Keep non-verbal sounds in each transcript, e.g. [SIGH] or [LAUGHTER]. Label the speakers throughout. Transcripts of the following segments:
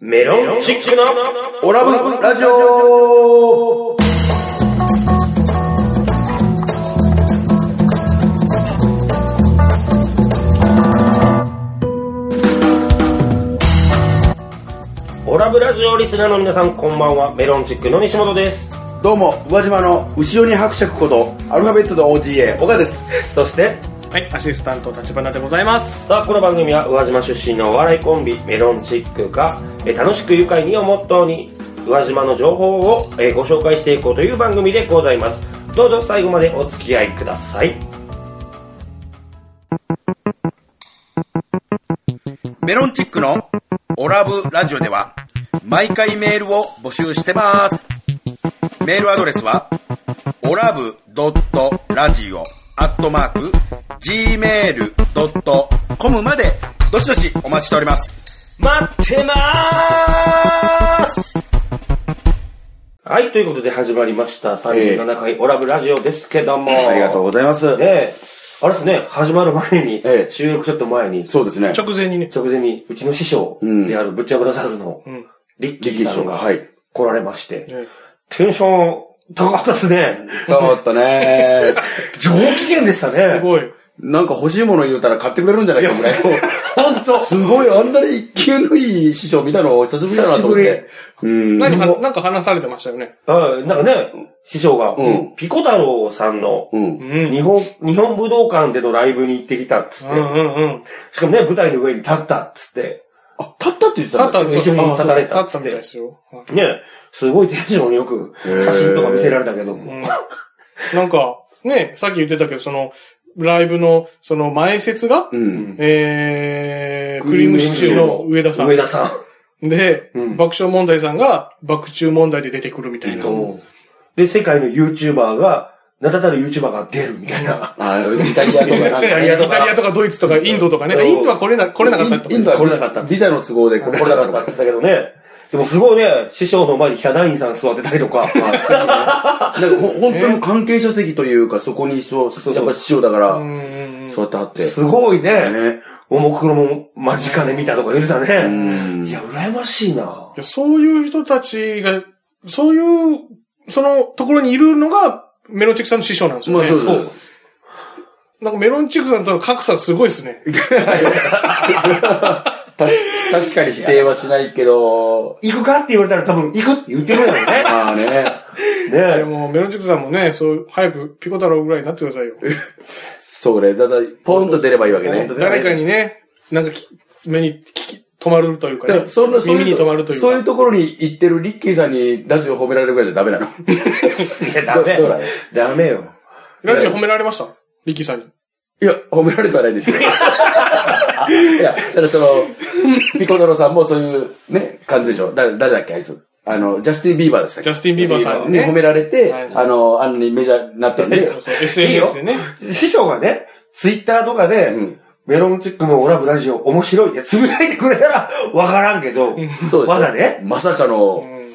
Speaker 1: メロンチックな
Speaker 2: オラブラジオ
Speaker 1: オラブラジオリスナーの皆さんこんばんはメロンチックの西本です
Speaker 2: どうも、宇和島の後ろに伯爵こと、アルファベットの OGA、岡です。
Speaker 1: そして
Speaker 3: はい、アシスタント立花でございます。
Speaker 1: さあこの番組は宇和島出身のお笑いコンビメロンチックがえー楽しく愉快にをモットーに宇和島の情報をえーご紹介していこうという番組でございますどうぞ最後までお付き合いください
Speaker 2: メロンチックのオラブラジオでは、毎回メールを募集してます。メールアドレスは、オラブドットラジオアットマーク、gmail.com まで、どしどしお待ちしております。
Speaker 1: 待ってまーすはい、ということで始まりました。37回、オラブラジオですけども。
Speaker 2: ありがとうございます。
Speaker 1: ええあれですね、始まる前に、
Speaker 2: ええ
Speaker 1: 収録ちょっと前に、
Speaker 2: そうですね。
Speaker 3: 直前にね、
Speaker 1: 直前にうちの師匠であるブッチャーブラザーズの
Speaker 3: うん、
Speaker 1: リッキーさんが
Speaker 2: リッキー師匠はい
Speaker 1: 来られまして、
Speaker 3: え
Speaker 1: テンション高かったですね。
Speaker 2: 頑張ったね [LAUGHS]
Speaker 1: 上機嫌でした
Speaker 3: す
Speaker 1: ね。
Speaker 3: ごい。
Speaker 2: なんか欲しいもの言うたら買ってくれるんじゃないかぐらいの。
Speaker 1: 本当
Speaker 2: すごい、あんなに一級のいい師匠見たの久しぶりだなと思って。うん。
Speaker 3: 何
Speaker 1: うん
Speaker 3: か、なんか話されてましたよね。
Speaker 1: はいなんかね、師匠が、
Speaker 2: うん
Speaker 1: ピコ太郎さんの、
Speaker 2: うん。
Speaker 3: うん。
Speaker 1: 日本、日本武道館でのライブに行ってきたっつって、
Speaker 3: うんうんうん。
Speaker 1: しかもね、舞台の上に立ったっつって、
Speaker 2: あ、立ったって言って
Speaker 3: 立
Speaker 2: た
Speaker 3: ったんです
Speaker 1: 一緒に立たれたっつ
Speaker 3: 立った
Speaker 1: って
Speaker 3: みたいですよ。は
Speaker 1: ね、すごいテンションよく
Speaker 2: へー
Speaker 1: 写真とか見せられたけど
Speaker 3: い
Speaker 1: も。
Speaker 3: うん [LAUGHS] なんか、ね、さっき言ってたけど、その、ライブの、その前説が、
Speaker 2: うん。
Speaker 3: えー、クリームシチューの上田さ
Speaker 1: 上
Speaker 3: ん。
Speaker 1: 田さん。
Speaker 3: で、
Speaker 1: うん
Speaker 3: 爆笑問題さんが爆中問題で出てくるみたいな。
Speaker 1: で、世界の YouTuber が、名だたる YouTuber が出るみたいな。
Speaker 2: あ、イタリアとか
Speaker 3: [LAUGHS]
Speaker 2: なん
Speaker 3: イタ
Speaker 2: か。
Speaker 3: リアとかイタリアとかドイツとかインドとかね。
Speaker 1: うん
Speaker 3: インドは来れな、来れなかったってこと
Speaker 2: インドは来れなかった。ビザの都合で来
Speaker 1: こ
Speaker 2: れ
Speaker 1: れ
Speaker 2: な
Speaker 1: な
Speaker 2: か
Speaker 1: か
Speaker 2: っ
Speaker 1: ったた。ってたけどね。でもすごいね、師匠の前にヒャダインさん座ってたりとか。
Speaker 2: なん [LAUGHS] かほ本当に関係者席というか、そこにそう、
Speaker 1: そう
Speaker 2: やっぱ師匠だか
Speaker 3: う
Speaker 2: ら、
Speaker 3: んうんうん。
Speaker 2: 座ってはって。
Speaker 1: [LAUGHS] すごいね。
Speaker 2: ね。
Speaker 1: おもくろも間近で見たとか言ってた
Speaker 2: う
Speaker 1: ね。い
Speaker 2: ん
Speaker 1: や、。羨ましいない
Speaker 3: やそういう人たちが、そういう、そのところにいるのが、メロンチックさんの師匠なんですよ
Speaker 2: まあ
Speaker 3: ね。
Speaker 2: そうそう
Speaker 1: そう
Speaker 3: なんかメロンチックさんとの格差すごいですね。
Speaker 2: た [LAUGHS] 確かに否定はしないけど、
Speaker 1: 行くかって言われたら多分行くって言ってるんだよ
Speaker 2: まあね。
Speaker 3: で
Speaker 1: ね。ね
Speaker 3: も、メロンチックさんもね、そう、早くピコ太郎ぐらいになってくださいよ。
Speaker 2: それ、ただ、ポンと出ればいいわけね。
Speaker 3: 誰かにね、なんかき、目に聞き、止まるというか
Speaker 2: だか
Speaker 3: ね
Speaker 2: ら。そんなそうい
Speaker 3: 耳に
Speaker 2: う
Speaker 3: 止まる
Speaker 2: と
Speaker 3: というか。
Speaker 2: そういうところに行ってるリッキーさんにラジオ褒められるぐらいじゃダメなの。
Speaker 1: いや、ダメ
Speaker 2: どどうだ。
Speaker 1: ダメよ。
Speaker 3: ラジオ褒められましたリッキーさんに。
Speaker 2: いや、褒められてはない
Speaker 3: [LAUGHS]
Speaker 2: ですよ。いや、だからその、ピコ太郎さんもそういうね、感じでしょ。だ誰だっけ、あいつ。あの、ジャスティン・ビーバーでしたっ
Speaker 3: ジ
Speaker 2: け
Speaker 3: ャスティン・ビーバーさんに
Speaker 2: に褒め
Speaker 3: ね。
Speaker 2: られて、
Speaker 3: はい
Speaker 2: あの、あんなにメジャーになったんで
Speaker 3: そう、そう SNS でね。
Speaker 1: 師匠がね、ツイッターとかで、
Speaker 2: うん
Speaker 1: メロンチックのオラブラジオ面白いってつぶやいてくれたらわからんけど、
Speaker 2: そうです
Speaker 1: まだね、
Speaker 2: まさか
Speaker 3: う
Speaker 2: の、
Speaker 3: ん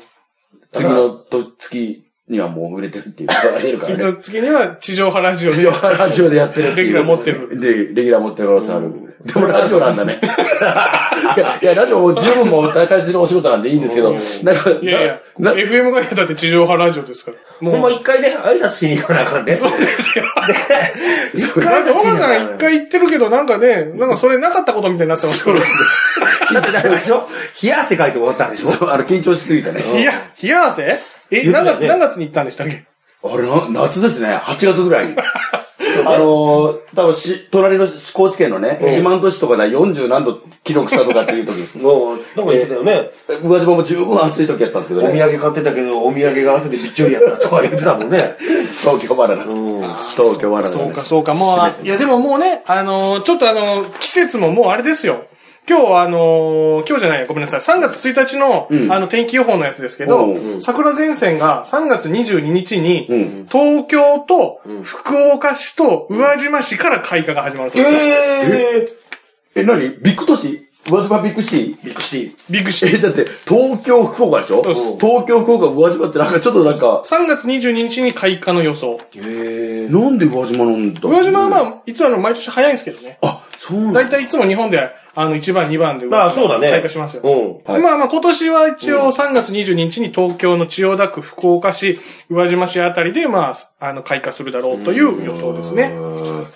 Speaker 2: 次のと月にはもう売れてるっていうこ
Speaker 3: [LAUGHS]
Speaker 2: とが言えるか
Speaker 3: 次
Speaker 2: らね。
Speaker 3: の次には地上波ラジオで
Speaker 2: 次。のラジオでやってるっていう。
Speaker 3: レギュラー持ってる
Speaker 2: で、レギュラー持ってる可能性ある。でもラジオなん
Speaker 3: [LAUGHS]
Speaker 2: だね。いや、いやラジオも十分もう大事なお仕事なんでいいんですけど、なんか、
Speaker 3: いやいや、
Speaker 2: な
Speaker 3: FM がだって地上波ラジオですから。
Speaker 1: ほんま
Speaker 3: もう、
Speaker 1: 一回ね、挨拶しに行かなあかんね。そうですよ。一回挨拶
Speaker 3: なん
Speaker 1: し
Speaker 3: か、岡
Speaker 1: に行か
Speaker 3: さ
Speaker 1: なあか
Speaker 3: ん
Speaker 1: ん
Speaker 3: 一回言ってるけど、なんかね、なんかそれなかったことみたいになってますから。
Speaker 1: だってあれでしょ冷や汗かいて終わったんでしょ
Speaker 2: そう、あの、緊張しすぎたね。
Speaker 3: いや、冷や汗
Speaker 1: 言
Speaker 3: え、
Speaker 1: ってた
Speaker 3: 何
Speaker 1: よ
Speaker 3: 月、
Speaker 1: ね。
Speaker 3: 何月に行ったんでしたっけ
Speaker 2: あれな、夏ですね。8月ぐらいに。あのー、多分し、隣の高知県のね、四万十市とかで40何度記録したとかっていう時です [LAUGHS]
Speaker 1: もう、なんか言ってたよね。
Speaker 2: 宇和島も十分暑い時やったんですけ
Speaker 1: お
Speaker 2: ど
Speaker 1: 土
Speaker 2: ね。
Speaker 1: 産買ってたけど、お土産が汗でびっちょりやったとか言ってたもんね。
Speaker 2: 東京バナナ。
Speaker 1: うん。
Speaker 2: 東京バナナ。
Speaker 3: そうか、そうか、もうあ、いや、でももうね、あのー、ちょっとあのー、季節ももうあれですよ。今日はあのー、今日じゃない、ごめんなさい。3月1日の、
Speaker 2: うん
Speaker 3: あの、天気予報のやつですけ
Speaker 2: う
Speaker 3: ど
Speaker 2: ん、
Speaker 3: 桜前線が3月22日に、
Speaker 2: うん
Speaker 3: 東京と福岡市と宇和島市から開花が始まると。
Speaker 1: え
Speaker 2: え、何ビッグ都市宇和島ビッグシ
Speaker 1: ーびっくりして。
Speaker 3: ビッグシ
Speaker 2: ティ
Speaker 3: テ
Speaker 2: え、
Speaker 3: ィ。
Speaker 2: だって、東京、福岡でしょ
Speaker 3: そうです
Speaker 2: 東京、福岡、宇和島ってなんかちょっとなんか、
Speaker 3: 3月22日に開花の予想。
Speaker 1: え
Speaker 2: なんで宇和島なんだ
Speaker 3: 宇和島はまあ、いつもあの、毎年早いんですけどね。
Speaker 2: あ、そうなん
Speaker 3: だい
Speaker 2: だ。
Speaker 3: たいいつも日本であの、1番、2番で、
Speaker 1: まあ、そうだね。
Speaker 3: 開花しますよ。
Speaker 1: うん。
Speaker 2: はい
Speaker 3: まあまあ今年は一応3月22日に東京の千代田区、福岡市、宇和島市あたりで、まあ、あの、開花するだろうという予想ですね。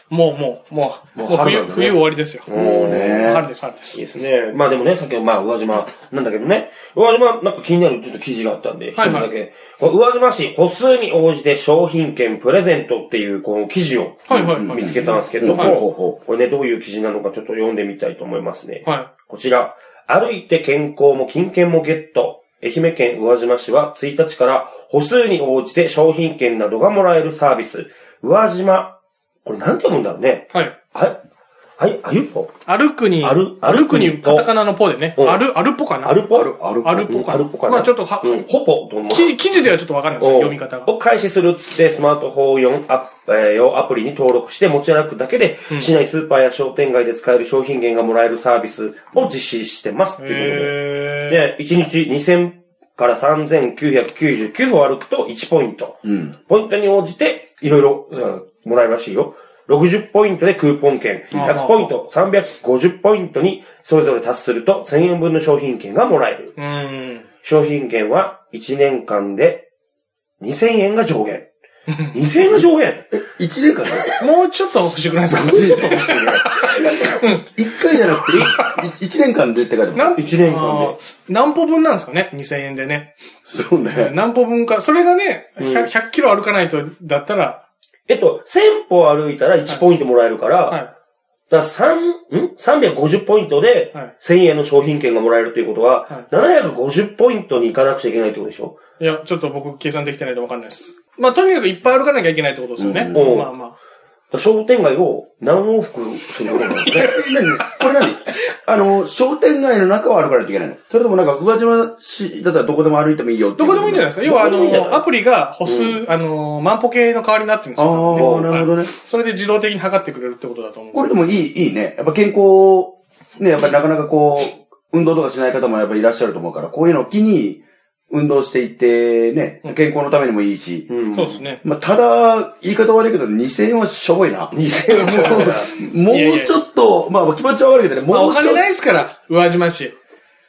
Speaker 3: もうもう、もう、
Speaker 2: もう
Speaker 3: も
Speaker 2: 春
Speaker 3: う
Speaker 2: だ
Speaker 3: 冬、
Speaker 2: ね
Speaker 3: 冬終わりですよ。
Speaker 2: もうね
Speaker 3: 春です、春で
Speaker 1: いい
Speaker 3: す。
Speaker 1: ですね。まあでもね、さっきの、まあ、宇和島なんだけどね。宇和島、なんか気になるちょっと記事があったんで、一つ
Speaker 3: はいはい
Speaker 1: だけ。これ宇和島市、歩数に応じて商品券プレゼントっていう、この記事を
Speaker 3: はいはいはい
Speaker 1: 見つけたんですけど
Speaker 2: ほうほう
Speaker 1: も
Speaker 2: ほ、
Speaker 1: これね、どういう記事なのかちょっと読んでみたいと思いますね。
Speaker 3: は
Speaker 1: こちら、歩いて健康も金券もゲット。愛媛県宇和島市は1日から歩数に応じて商品券などがもらえるサービス。宇和島、これなんて読むんだろうね。
Speaker 3: い。はい。
Speaker 1: あ、あい、あゆっぽ
Speaker 3: 歩くに、
Speaker 1: 歩
Speaker 3: 歩く
Speaker 1: 歩く
Speaker 3: に、
Speaker 1: にぽ
Speaker 3: カタカナのポでね。
Speaker 1: うん
Speaker 3: 歩、歩ぽかな
Speaker 1: あるぽ
Speaker 2: あるある
Speaker 3: 歩ぽか
Speaker 1: あるぽかな。
Speaker 3: まあちょっとは、
Speaker 1: うん、ほぽと思う
Speaker 3: 記事、記事ではちょっとわかんないですよ、読み方が。
Speaker 1: を開始するっつって、スマートフォン用ア,、えー用アプリに登録して持ち歩くだけで、市内スーパーや商店街で使える商品券がもらえるサービスを実施してます。ということ
Speaker 3: へー。
Speaker 1: で。で、1日2000から3999歩歩くと1ポイント。
Speaker 2: うん。
Speaker 1: ポイントに応じて、いろいろ、うんもらえるらしいよ。60ポイントでクーポン券、
Speaker 3: うん
Speaker 1: 100ポイント、350ポイントにそれぞれ達すると1000円分の商品券がもらえる。
Speaker 3: うん。
Speaker 1: 商品券は1年間で2000円が上限。2000円が上限
Speaker 3: [LAUGHS]
Speaker 2: え、一年間だよ
Speaker 3: もうちょっと欲しくないですか
Speaker 2: 一回じゃなくて、い一年間でって書いてます。
Speaker 3: なん
Speaker 1: ?1 年間
Speaker 3: あ
Speaker 1: で。
Speaker 3: ー何歩分なんですかね ?2000 円でね。
Speaker 2: そうね。
Speaker 3: 何歩分か。それがね、
Speaker 1: うん
Speaker 3: 100, 100キロ歩かないと、だったら、
Speaker 1: えっと、1000歩歩いたら1ポイントもらえるから、
Speaker 3: は
Speaker 1: だから3、ん ?350 ポイントで
Speaker 3: はい
Speaker 1: 1000円の商品券がもらえるということは、750ポイントに行かなくちゃいけないってことでしょ
Speaker 3: い。いや、ちょっと僕計算できてないとわかんないです。まあ、とにかくいっぱい歩かなきゃいけないってことですよね。
Speaker 1: うん
Speaker 3: まあまあ。
Speaker 1: だから商店街を何往復することになる
Speaker 3: [LAUGHS]
Speaker 1: ね。
Speaker 2: 何これ何あの、商店街の中を歩かないといけないのそれともなんか、宇和島市だったらどこでも歩いてもいいよって
Speaker 3: どこでもいいんじゃないですか。要は、あ
Speaker 1: どこでもいいんじゃない
Speaker 3: の、アプリが歩数、あの、万歩計の代わりになってるんですよ。
Speaker 2: ああ、なるほどね。
Speaker 3: それで自動的に測ってくれるってことだと思うんです
Speaker 2: こ
Speaker 3: よ
Speaker 2: れでもいい、いいね。やっぱ健康、ね、やっぱりなかなかこう、運動とかしない方もやっぱりいらっしゃると思うから、こういうのを機に、運動していって、ね、健康のためにもいいし。
Speaker 1: うん。
Speaker 3: そうですね。
Speaker 2: まあ、ただ、言い方悪いけど、2000円はしょぼいな。
Speaker 1: 2000円もらえたら
Speaker 3: [LAUGHS]
Speaker 2: もう
Speaker 3: いやいや
Speaker 2: ちょっと、まあ気持ちは悪いけどね、
Speaker 3: まあ、
Speaker 2: も
Speaker 3: お
Speaker 2: うちょっ
Speaker 3: 金
Speaker 2: と。
Speaker 3: ないですから、宇和島市。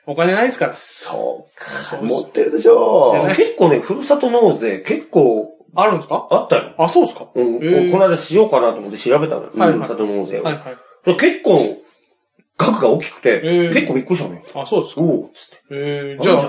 Speaker 3: お金ないですから。
Speaker 2: そうか
Speaker 3: そう。です
Speaker 2: 持ってるでしょ
Speaker 3: いやな。い
Speaker 1: 結構ね、ふるさと納税結構
Speaker 3: あるんですか
Speaker 1: あったよ。
Speaker 3: あ、そうですか。
Speaker 1: うん、
Speaker 3: へー
Speaker 1: この間しようかなと思って調べたのよ。
Speaker 3: はいはい
Speaker 1: ふるさと納税を。
Speaker 3: はいはい。
Speaker 1: それ結構、額が大きくて、
Speaker 3: えー
Speaker 1: 結構びっくりしたのよ。
Speaker 3: あ、そうですか。
Speaker 1: おおっつって。
Speaker 3: えー、じゃあ、い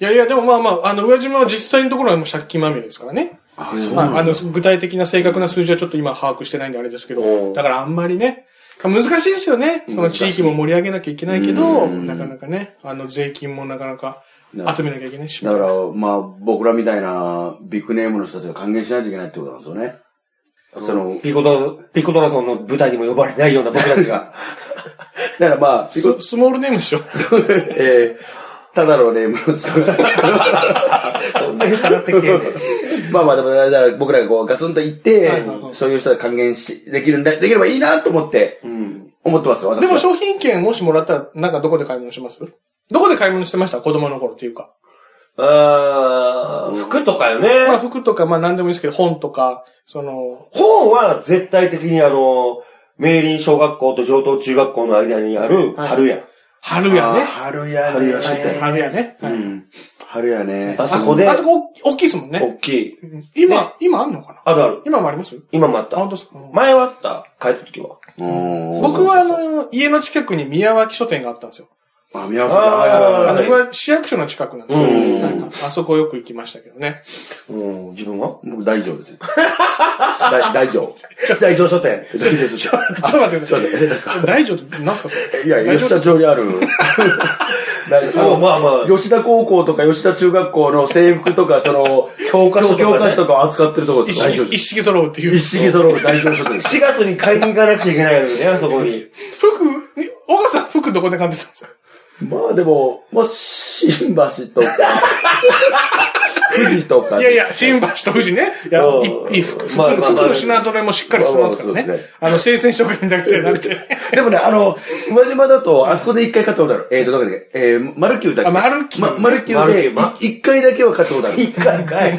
Speaker 3: やいや、でもまあまあ、あの、上島は実際のところはもう借金まみれですからね。
Speaker 2: あ、そう
Speaker 3: まあ、
Speaker 2: な
Speaker 3: あ
Speaker 2: んだ
Speaker 3: の、具体的な正確な数字はちょっと今把握してないんであれですけ
Speaker 1: お
Speaker 3: ど、
Speaker 1: う
Speaker 3: だからあんまりね、難しいですよね。その地域も盛り上げなきゃいけないけど、
Speaker 2: うん
Speaker 3: なかなかね、あの、税金もなかなか
Speaker 2: な
Speaker 3: 集めなきゃいけないし。
Speaker 2: だから、まあ、僕らみたいなビッグネームの人たちが還元しないといけないってことなんですよね。その、
Speaker 1: ピコドラ、ピコドラソンの舞台にも呼ばれないような僕たち
Speaker 3: [LAUGHS]
Speaker 1: が。
Speaker 2: だからまあ、
Speaker 3: ススモールネームでしょ。
Speaker 2: [LAUGHS] えー、ただのネームの人
Speaker 3: [LAUGHS]
Speaker 2: が。
Speaker 1: どんだけ下がってきて [LAUGHS] んねん
Speaker 2: まあまあ、でも、だから僕らがこうガツンと言って
Speaker 3: はいはいは、い
Speaker 2: そういう人が還元し、できるんだ、できればいいなと思って、
Speaker 1: うん。
Speaker 2: 思ってますよ、私は
Speaker 3: でも商品券もしもらったら、なんかどこで買い物しますどこで買い物してました子供の頃っていうか。
Speaker 1: あー服とかよね。
Speaker 3: まあ服とか、まあ何でもいいですけど、本とか、その、
Speaker 1: 本は絶対的にあの、明林小学校と上等中学校の間にある
Speaker 3: はい
Speaker 1: 春屋。
Speaker 3: 春や
Speaker 2: あー
Speaker 3: ね。
Speaker 2: 春やね。
Speaker 1: 春やしてて
Speaker 3: 春やね。はい
Speaker 1: うん。
Speaker 2: 春やね。
Speaker 1: あ
Speaker 3: あ
Speaker 1: そ
Speaker 3: そ
Speaker 1: こで、
Speaker 3: あそこ大きいですもんね。
Speaker 1: 大きい。
Speaker 3: 今、今あんのかな
Speaker 1: あるある。
Speaker 3: 今もあります
Speaker 1: 今もあっ
Speaker 3: あ、本
Speaker 1: た。
Speaker 3: 当ですか
Speaker 1: 前はあった。帰った時は。
Speaker 2: 僕
Speaker 3: 僕は、あの、家の近くに宮脇書店があったんですよ。
Speaker 2: あ、宮脇
Speaker 1: あー
Speaker 2: あ
Speaker 3: あの、
Speaker 1: はい
Speaker 3: 僕は市役所の近くなんですよ
Speaker 1: うん
Speaker 3: ね。なんかあそこよく行きましたけどね。
Speaker 1: うん、自分は
Speaker 2: 僕大丈夫ですよ。 [LAUGHS] 大大丈夫。
Speaker 1: 大乗書店。
Speaker 2: 大丈夫です
Speaker 3: ちょちょっと待ってくだ
Speaker 2: えです
Speaker 3: さい。大丈夫って何すかそれ。
Speaker 2: いや、
Speaker 3: 大
Speaker 2: 吉
Speaker 3: 丈
Speaker 2: 田
Speaker 3: 夫
Speaker 2: 町にある。大丈
Speaker 1: [LAUGHS]
Speaker 2: 夫。
Speaker 1: まあまあ
Speaker 2: 吉田高校とか吉田中学校の制服とか、その、
Speaker 1: 教科書とかね
Speaker 2: 教科書とかを扱ってるところで
Speaker 3: 一
Speaker 2: す。大丈夫
Speaker 3: 式、
Speaker 2: で
Speaker 3: 一
Speaker 2: す。
Speaker 3: 式揃うっていう
Speaker 2: 一。式揃う大丈夫です。
Speaker 1: 4月に買いに行かなくちゃいけないのにね、あそこに。
Speaker 3: 服、に小川さん服どこで買ってたんですか
Speaker 2: まあでも、まあ、新橋とか、 [LAUGHS] 富士とか。
Speaker 3: いやいや、新橋と富士ね。いや
Speaker 1: う、ん
Speaker 3: いい服、服
Speaker 1: まあまあまあ
Speaker 3: 服の品揃えもしっかりしてますか
Speaker 2: ま
Speaker 3: ら
Speaker 2: あまあそう
Speaker 3: ね
Speaker 2: ですね。
Speaker 3: あの、生鮮食品だけじゃなくて。
Speaker 2: でもね、あの、宇和島だと、あそこで一回買ったことある。えーと、どこだっけえー、マルキューだっけ
Speaker 3: あマルキュー
Speaker 2: まマルキュー
Speaker 1: マルキ
Speaker 2: で
Speaker 1: ューま、
Speaker 2: い一回だけは買ったことある。
Speaker 1: 一回か [LAUGHS] い。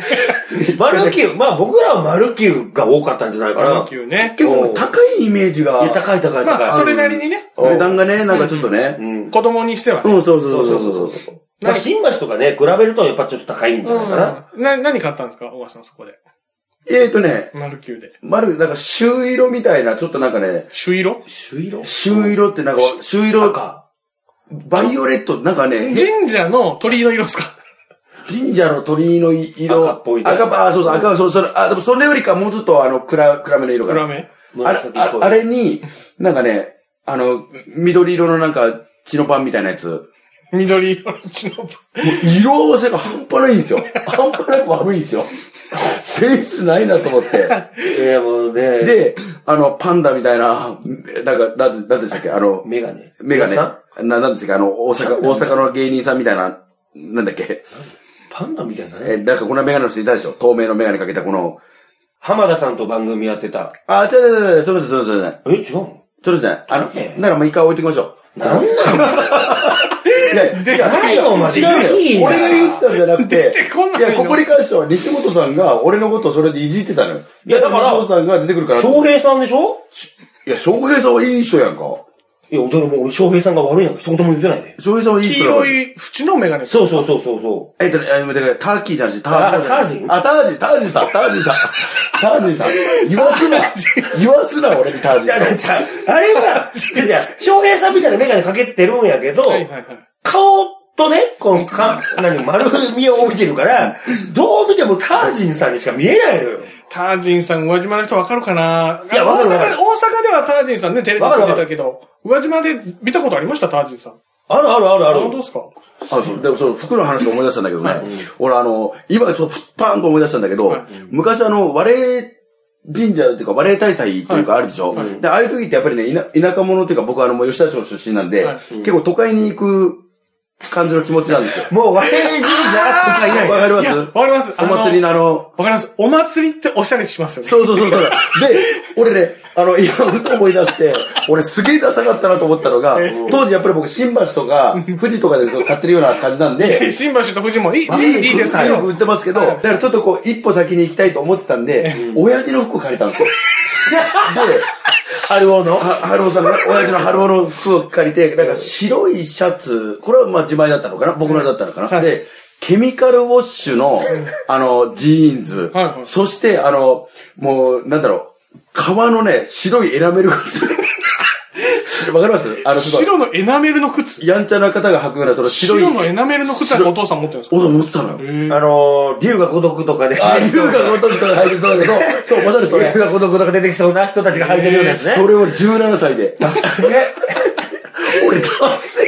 Speaker 1: マルキュー、まあ僕らはマルキューが多かったんじゃないかな。
Speaker 3: 級ね。
Speaker 2: 結構高いイメージ
Speaker 1: いや、
Speaker 2: が、
Speaker 1: 高い高い高い。
Speaker 3: まあ、それなりにね、
Speaker 1: うん
Speaker 2: 値段がね、なんかちょっと
Speaker 1: う
Speaker 2: ね。
Speaker 1: ん。
Speaker 3: 子供にしては
Speaker 2: う
Speaker 3: ね。
Speaker 2: ん、そうそう
Speaker 1: そ
Speaker 2: そうう
Speaker 1: そう
Speaker 2: そう
Speaker 1: そ
Speaker 2: そうう
Speaker 1: そう。まあ新橋とかね、比べるとやっぱちょっと高いんじゃないかな。
Speaker 3: うんな、何買ったんですか大橋さんそこで。
Speaker 2: えーとね、
Speaker 3: マルキューで。
Speaker 2: マルキュー、なんか、朱色みたいな、ちょっとなんかね、
Speaker 3: 朱色
Speaker 1: 朱色
Speaker 2: 朱色ってなんか、朱色
Speaker 1: か。
Speaker 2: バイオレット、なんかね、
Speaker 3: 神社の鳥居の色ですか
Speaker 2: 神社の鳥居の色。
Speaker 1: 赤っぽいね
Speaker 2: 赤っぽい、あ、そうそう、赤、そう、それ、あ、でもそれよりかもうちょっとあの、暗、暗めの色か
Speaker 3: 裏
Speaker 2: な。
Speaker 3: 目。
Speaker 2: あれ、
Speaker 1: 紫っぽ
Speaker 2: あ
Speaker 1: い
Speaker 2: あれに、なんかね、あの、緑色のなんか、血のパンみたいなやつ。も
Speaker 3: 緑色の血の。
Speaker 2: う色合わせが半端ないんですよ。半端なく悪いんですよ。センスないなと思って。
Speaker 1: いや、もうね。、
Speaker 2: で、あの、パンダみたいな、なんか、なんなんでしたっけあの、
Speaker 1: メガネ。
Speaker 2: メガネ。
Speaker 1: さん
Speaker 2: な、なんですかあの、大阪、大阪の芸人さんみたいな、なんだっけ
Speaker 1: パンダみたいな
Speaker 2: え、
Speaker 1: ね。
Speaker 2: なんかこんなメガネの人いたでしょ透明のメガネかけたこの。
Speaker 1: 浜田さんと番組やってた。
Speaker 2: あ、違う違う違う、そうです、そうです、そうで
Speaker 1: え、違
Speaker 2: す。
Speaker 1: うの
Speaker 2: そうですね。あの
Speaker 1: え、え
Speaker 2: ならもう一回置いておきましょ
Speaker 1: なんなの
Speaker 2: う。いや、
Speaker 3: で
Speaker 2: いや
Speaker 1: ないよマジで
Speaker 2: 違うよ俺が言ってたんじゃなくて
Speaker 3: 出てこない、
Speaker 2: い
Speaker 3: の
Speaker 2: や、ここに関しては西本さんが俺のことをそれでいじってたのよ。
Speaker 1: いやだから
Speaker 2: 西本さんが出てくるから。
Speaker 1: 翔平さんでしょ
Speaker 2: いや、翔平さんはいい人やんか。
Speaker 1: いや、俺も俺翔平さんが悪いなんか一言も言ってないで。
Speaker 2: 翔平さんはいい
Speaker 3: 黄
Speaker 2: 人
Speaker 3: 色
Speaker 2: い。
Speaker 3: い縁のメガネ。
Speaker 1: そうそうそうそうそう。
Speaker 2: えっとね、あだからターキーじゃなくて、タ
Speaker 1: あタージン
Speaker 2: あ、タージン、タージンさん、タージンさん。タージンさん。言わすな。言わすな、俺にタージン
Speaker 1: じゃ
Speaker 2: さん
Speaker 1: あ、じゃあ、あれは、じゃあ、翔平さんみたいなメガネかけてるんやけど、
Speaker 3: はいはいはい。
Speaker 1: 顔とね、このか、何、丸みを帯びてるから、どう見てもタージンさんにしか見えないのよ。
Speaker 3: タージンさん、宇和島の人わかるかない
Speaker 1: やわかるわ
Speaker 3: 大
Speaker 1: か
Speaker 3: 阪
Speaker 1: る
Speaker 3: で、大阪ではタージンさんね、テレビ
Speaker 1: わかる
Speaker 3: に
Speaker 1: わか
Speaker 3: 出
Speaker 1: る
Speaker 3: たけど、宇和島で見たことありましたタージンさん。
Speaker 1: あるあるあるあ
Speaker 3: 本当
Speaker 1: る。
Speaker 3: ですか
Speaker 2: あ、そう、でもそう、服の話を思い出したんだけどね。俺あの、今ちょっとパーンと思い出したんだけど、
Speaker 3: はい
Speaker 2: 昔あの、和霊神社っていうか、和霊大祭っていうかあるでしょ、で、ああいう時ってやっぱりね、田田舎者っていうか、僕あの、もう吉田町出身なんで、
Speaker 3: はい
Speaker 2: 結構都会に行く感じの気持ちなんですよ。
Speaker 1: もう、我々神社とかいない。
Speaker 2: わかりま
Speaker 3: いや
Speaker 2: す
Speaker 3: わかります
Speaker 2: お祭りのあの、
Speaker 3: わかります。お祭りっておしゃれしますよね。
Speaker 2: そうそうそうそう。で、俺ね、あの、今、ふと思い出して、俺すげえダサかったなと思ったのが、当時やっぱり僕、新橋とか、富士とかで買ってるような感じなんで、
Speaker 3: 新橋と富士もいい、い
Speaker 2: い
Speaker 3: い、いいですけ
Speaker 2: よく
Speaker 3: ど
Speaker 2: 売、ってますけど、だからちょっとこう、一歩先に行きたいと思ってたんで、親父の服を借りたんです
Speaker 3: [LAUGHS]
Speaker 2: よ。で、
Speaker 1: 春尾の。
Speaker 2: は春尾さんがね、親父の春尾の服を借りて、なんか白いシャツ、これはまあ自前だったのかな僕のだったのかな、で、ケミカルウォッシュの、あの、ジーンズ、
Speaker 3: はいはい
Speaker 2: そして、あの、もう、なんだろう、革のね、白いエナメル靴。 [LAUGHS] わかりますあの、すごい
Speaker 3: 白のエナメルの靴。
Speaker 2: やんちゃな方が履くような、その白い、
Speaker 3: 白のエナメルの靴はお父さん持ってるんですか
Speaker 2: おと思ってたのよ。
Speaker 1: あのー、竜が孤独とかで、
Speaker 2: あ、龍が如くとか入ってそうだけど、そう、まさにそれ
Speaker 1: 竜。が孤独とか出てきそうな人たちが履いてるようですね
Speaker 2: そ。れを17歳で。
Speaker 1: ね
Speaker 2: 俺、ダッセ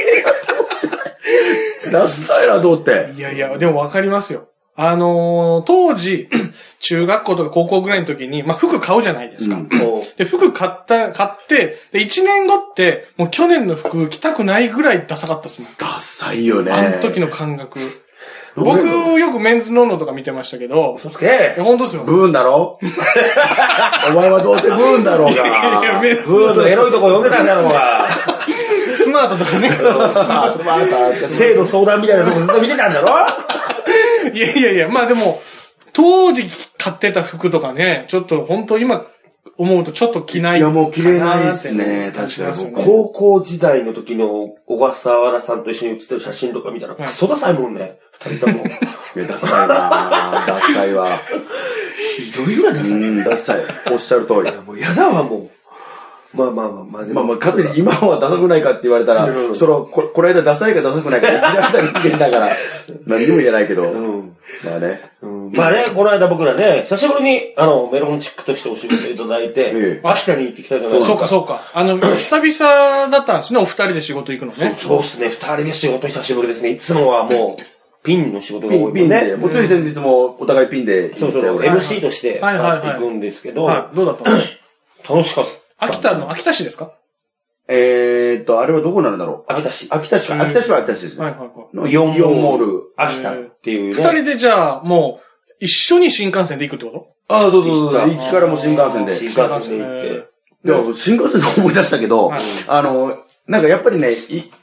Speaker 2: ーダッサいなと思って。
Speaker 3: いやいや、でもわかりますよ。あのー当時、 [CLEARS THROAT] 中学校とか高校ぐらいの時に、まあ服買うじゃないですか。
Speaker 1: もう
Speaker 3: で、服買った、買って、で、1年後って、もう去年の服着たくないぐらいダサかったっすね。
Speaker 2: ダッサいよね。
Speaker 3: あの時の感覚。
Speaker 2: うん
Speaker 3: 僕、よくメンズノンノとか見てましたけど、
Speaker 1: 嘘つけ
Speaker 3: え、。本当ですよ。
Speaker 2: ブーンだろお前はどうせブーンだろう
Speaker 3: いや
Speaker 2: が。
Speaker 3: メンズ
Speaker 1: ブーのエロいとこ読んでたんだろうが。
Speaker 3: スマート
Speaker 2: [LAUGHS]
Speaker 3: とかね。
Speaker 2: さあ、すまん
Speaker 1: [LAUGHS]
Speaker 2: さ
Speaker 1: 生の相談みたいなとこずっと見てたんだろ
Speaker 3: いやいやいや、まあでも、当時買ってた服とかね、ちょっと本当今思うとちょっと着ないい。
Speaker 2: や、もう着れないですね。確かに。もう
Speaker 1: 高校時代の時の小笠原さんと一緒に写ってる写真とか見たら、クソダサいもんね。二人とも。
Speaker 2: いやダッサいなダッサいわ。
Speaker 1: ひどいぐらいダ
Speaker 2: う
Speaker 1: サい。
Speaker 2: ん、ダッサい。おっしゃる通り。
Speaker 1: もうやだわ、もう。まあまあまあまあ、で
Speaker 2: まあ
Speaker 1: も、
Speaker 2: まあ、かといって今はダサくないかって言われた
Speaker 1: なるほ
Speaker 2: ら、
Speaker 1: ど
Speaker 2: その、ここの間ダサいかダサくないか言われた人間だから、何にも言えないけど。
Speaker 1: ん
Speaker 2: まあね。
Speaker 1: うんまあね、この間僕らね、久しぶりに、あの、メロンチックとしてお仕事いただい
Speaker 2: ええ
Speaker 1: て、秋田に行ってきたじゃないです
Speaker 3: そう
Speaker 1: か。
Speaker 3: かそうか。あの、久々だったんですね、お二人で仕事行くのね。
Speaker 1: そうっすね、二人で仕事久しぶりですね。いつもはもう、ピンの仕事が
Speaker 2: ピ
Speaker 1: 多
Speaker 2: ン、
Speaker 1: い
Speaker 2: ピン
Speaker 1: ね。
Speaker 2: で、もうつい先日もお互いピンで行って
Speaker 1: そうそう、
Speaker 2: 俺
Speaker 1: MC として、
Speaker 3: はいはいはい
Speaker 1: 行くんですけど、
Speaker 3: はい、どうだったの
Speaker 1: 楽しかった。
Speaker 3: 秋田の、秋田市ですか
Speaker 2: えーっと、あれはどこになるんだろう。
Speaker 1: 秋田市
Speaker 2: 秋田市か。秋田市は秋田市です
Speaker 3: はい
Speaker 2: ね。
Speaker 3: はい
Speaker 2: の
Speaker 3: はい。
Speaker 2: 4モール。
Speaker 1: 秋田っていう
Speaker 3: 二
Speaker 1: ね。
Speaker 3: 人でじゃあ、もう、一緒に新幹線で行くってこ
Speaker 2: ああ、そうそうそう。
Speaker 1: 行
Speaker 2: 行きからも新幹線で。
Speaker 1: 新
Speaker 2: い
Speaker 1: 幹線で行って。
Speaker 2: や、新幹線で思い出したけど、
Speaker 3: はい
Speaker 2: あの、なんかやっぱりね、い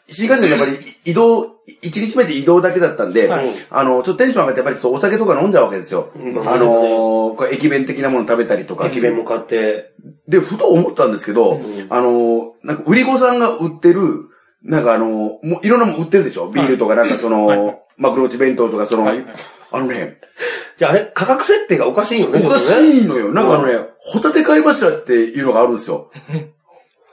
Speaker 2: 新幹線でやっぱり移動、一日目で移動だけだったんで、
Speaker 3: はい
Speaker 2: あの、ちょっとテンション上がってやっぱりちょっとお酒とか飲んじゃうわけですよ。
Speaker 1: うん
Speaker 2: あのーこれ駅弁的なもの食べたりとか。
Speaker 1: 駅弁も買って。
Speaker 2: で、ふと思ったんですけど、
Speaker 1: ん
Speaker 2: あの、なんか、売り子さんが売ってる、なんかあの、もういろんなもん売ってるでしょビールとかなんかその、マクロチ弁当とかその、
Speaker 3: はいはい
Speaker 2: あのね、
Speaker 1: じゃああれ、価格設定がおかしいよ
Speaker 2: お
Speaker 1: ね。
Speaker 2: かし
Speaker 1: ちょっとね
Speaker 2: いのよ。なんかあのね、ホタテ貝柱っていうのがあるんですよ。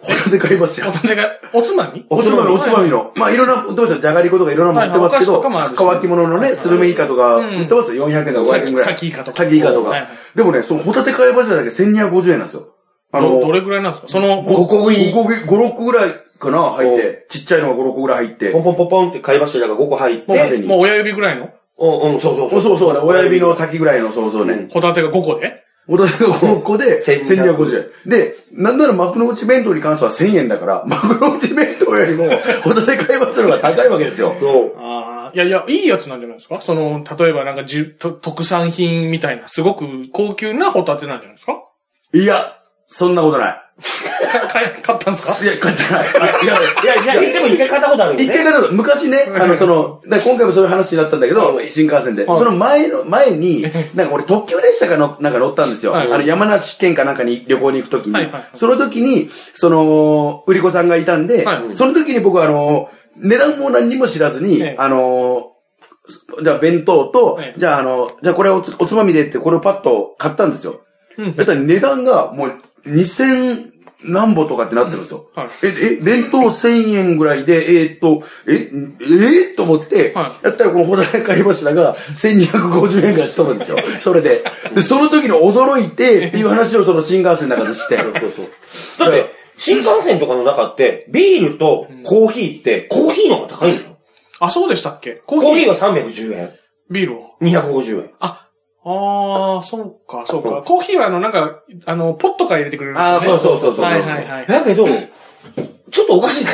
Speaker 2: ホタテ貝
Speaker 3: とお
Speaker 2: 柱。
Speaker 3: つまみが、おつまみ
Speaker 2: おつまみ、おつまみ
Speaker 3: の。
Speaker 2: の。まあ、いろんな、売ってますよ。じゃがりことかいろんなもん売ってますけど、
Speaker 3: はいはいお菓子とかもあ
Speaker 2: 乾
Speaker 3: るし
Speaker 2: き物のね、スルメイカとか、
Speaker 3: うん
Speaker 2: 売ってますよ。400円とか
Speaker 3: さ
Speaker 2: 500円ぐらい。
Speaker 3: さきイカとか。
Speaker 2: さきイカと
Speaker 3: はい
Speaker 2: か
Speaker 3: はい。
Speaker 2: でもね、そのホタテ貝柱だけ1250円なんですよ。あ
Speaker 3: どどれぐらいなんですかその、
Speaker 1: 五個食い
Speaker 2: 5、5 6個ぐらいかな、入って。ちっちゃいのが5、6個ぐらい入って
Speaker 1: ポン。ポンポンポンって買い柱が5個入っ
Speaker 3: も
Speaker 2: ホタ
Speaker 1: て。
Speaker 2: テ
Speaker 3: う、
Speaker 2: に
Speaker 3: もう親指ぐらいの
Speaker 1: うんうん、そうそう
Speaker 2: おそうそうね、親指の先ぐらいの、そうそうね。
Speaker 3: ホタテが5個で
Speaker 2: お互いが5個で、
Speaker 1: 1250
Speaker 2: 1250円。で、なんなら幕の内弁当に関しては1000円だから、幕の内弁当よりも、ホタテ買いましたのが高いわけですよ。
Speaker 1: そう。
Speaker 3: ああ。いやいや、いいやつなんじゃないですかその、例えばなんかじゅと特産品みたいな、すごく高級なホタテなんじゃないですか
Speaker 2: いや、そんなことない。
Speaker 3: か買い買ったんですか
Speaker 2: いや、買ってない。いや、
Speaker 1: いや、じゃあ、でも一回買ったことあるよね。
Speaker 2: 一回だと、昔ね、あの、その、だから今回もそういう話になったんだけど、新幹線で。その前の、前に、なんか俺特急列車かの、なんか乗ったんですよ。
Speaker 3: は
Speaker 2: あ
Speaker 3: いはい
Speaker 2: の、山梨県かなんかに旅行に行くときに
Speaker 3: はいはいはい、
Speaker 2: その時に、その、売り子さんがいたんで
Speaker 3: は、い
Speaker 2: その時に僕はあの、値段も何にも知らずに
Speaker 3: ええ、
Speaker 2: あの、じゃあ弁当と
Speaker 3: え、え
Speaker 2: じゃああの、じゃあこれをおつおつまみでって、これをパッと買ったんですよ。
Speaker 3: うん
Speaker 2: やっぱり値段がもう2000何ぼとかってなってるんですよ。
Speaker 3: はい
Speaker 2: え、え、弁当1000円ぐらいで、えーっと、え、えーと思って、
Speaker 3: は
Speaker 2: やったらこのホタテ貝柱が1250円ぐらいしとるんですよ。それで。で、その時に驚いて、っていう話をその新幹線の中でして。
Speaker 1: そうそう。だって、新幹線とかの中って、ビールとコーヒーって、コーヒーの方が高いのよ。
Speaker 3: あ、そうでしたっけコーヒー
Speaker 1: コーヒーは310円。
Speaker 3: ビールは
Speaker 1: 250円。
Speaker 3: あ、ああ、そうか、そうか。コーヒーはあの、なんか、あの、ポットから入れてくれるんですよ
Speaker 2: あ
Speaker 3: ね、
Speaker 2: ーそうそうそうそう
Speaker 3: はいはいはい。
Speaker 1: だけど、ちょっとおかしいな。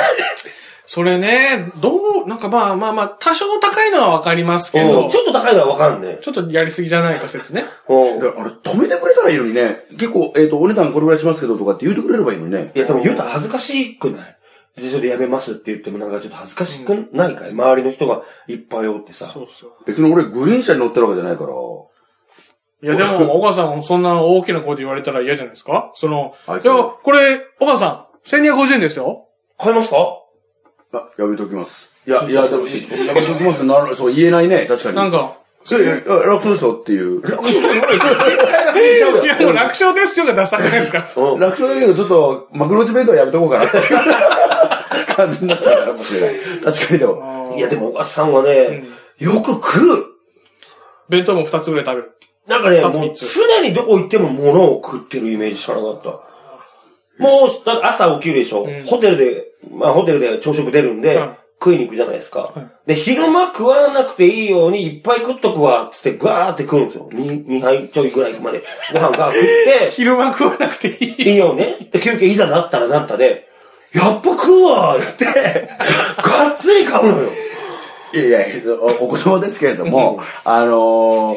Speaker 3: それね、どう、なんかまあまあまあ、多少高いのはわかりますけ
Speaker 1: う
Speaker 3: ど、
Speaker 1: んちょっと高いのはわかんね
Speaker 3: ちょっとやりすぎじゃないか説ね。
Speaker 1: うん
Speaker 2: であれ、止めてくれたらいいのにね。結構、えーっと、お値段これぐらいしますけどとかって言ってくれればいいのにね。
Speaker 1: いや、でも言うたら恥ずかしくないでそれでやめますって言ってもなんかちょっと恥ずかしくないかい、周りの人がいっぱいおってさ。
Speaker 3: そうそう。
Speaker 2: 別に俺グリーン車に乗ってるわけじゃないから。
Speaker 3: いや、でも、お母さん、そんな大きな声で言われたら嫌じゃないですかその、
Speaker 2: あいつ
Speaker 3: いや、これ、お母さん、1250円ですよ。
Speaker 1: 買いますか
Speaker 2: あ、やめときます。いや、いや、でも、やめときます。なるそう、言えないね。確かに。
Speaker 3: なんか、
Speaker 2: そういや、楽勝ですよっていう。楽
Speaker 3: いや、もう楽勝ですよが出さないですか [LAUGHS]
Speaker 1: うん。
Speaker 2: 勝だけど、ちょっと、マクロチ弁当はやめとこうかなっていう感じになっちゃうからもしれない。確かにでも。
Speaker 1: いや、でもお母さんはね、よく来る。
Speaker 3: 弁当も2つぐらい食べる。
Speaker 1: なんかね、
Speaker 3: 二つ
Speaker 1: もう
Speaker 3: 三つ
Speaker 1: 常にどこ行っても物を食ってるイメージしかなかった。もう、だ朝起きるでしょ、
Speaker 3: うん
Speaker 1: ホテルで、まあホテルで朝食出るんで、
Speaker 3: はい
Speaker 1: 食いに行くじゃないですか、で、昼間食わなくていいようにいっぱい食っとくわ、つってガーって食うんですよ。2, 二杯ちょいぐらい行くまで。ご飯が食っ
Speaker 3: 昼間食わなくていい。
Speaker 1: [LAUGHS] て、いいよね。で、休憩いざなったらなったで、やっぱ食うわーって、 [LAUGHS] がっつり買うのよ。
Speaker 2: いやいや、おお言葉ですけれども、あのー、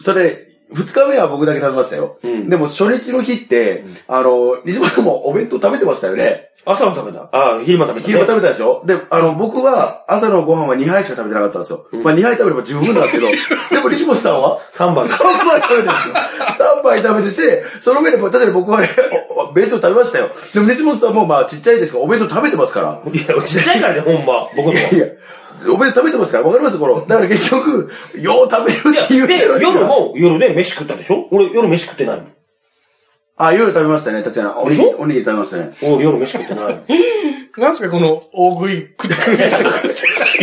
Speaker 2: それ、二日目は僕だけ食べましたよ。
Speaker 1: うん
Speaker 2: でも、初日の日って、あのー、西村君もお弁当食べてましたよね。
Speaker 1: 朝は食べた。ああ、昼間食べた、ね。
Speaker 2: 昼間食べたでしょで、あの、僕は朝のご飯は2杯しか食べてなかったんですよ。まあ2杯食べれば十分なん [LAUGHS] ですけど、でも西本さんは
Speaker 1: 3番。
Speaker 2: 3杯食べてるんですよ。3杯食べてて、その上で、例えば僕はね、おお弁当食べましたよ。でも、熱本さんもまあ、ちっちゃいですから、お弁当食べてますから。
Speaker 1: いや、ちっちゃいからね、ほんま。僕の
Speaker 2: いや
Speaker 3: [LAUGHS]
Speaker 2: いや、お弁当食べてますから、わかりますこの。だから結局、よう食べ
Speaker 1: い
Speaker 2: る
Speaker 1: や
Speaker 2: っていう
Speaker 1: で、
Speaker 2: のには
Speaker 1: 夜。も、夜で飯食ったでしょ俺、夜飯食ってないの。
Speaker 2: あ、夜食べましたね、確かに。おにぎり、おにぎり食べましたね。
Speaker 1: 俺、夜飯食ってないの。
Speaker 3: なんすか、この、大食い食っ て。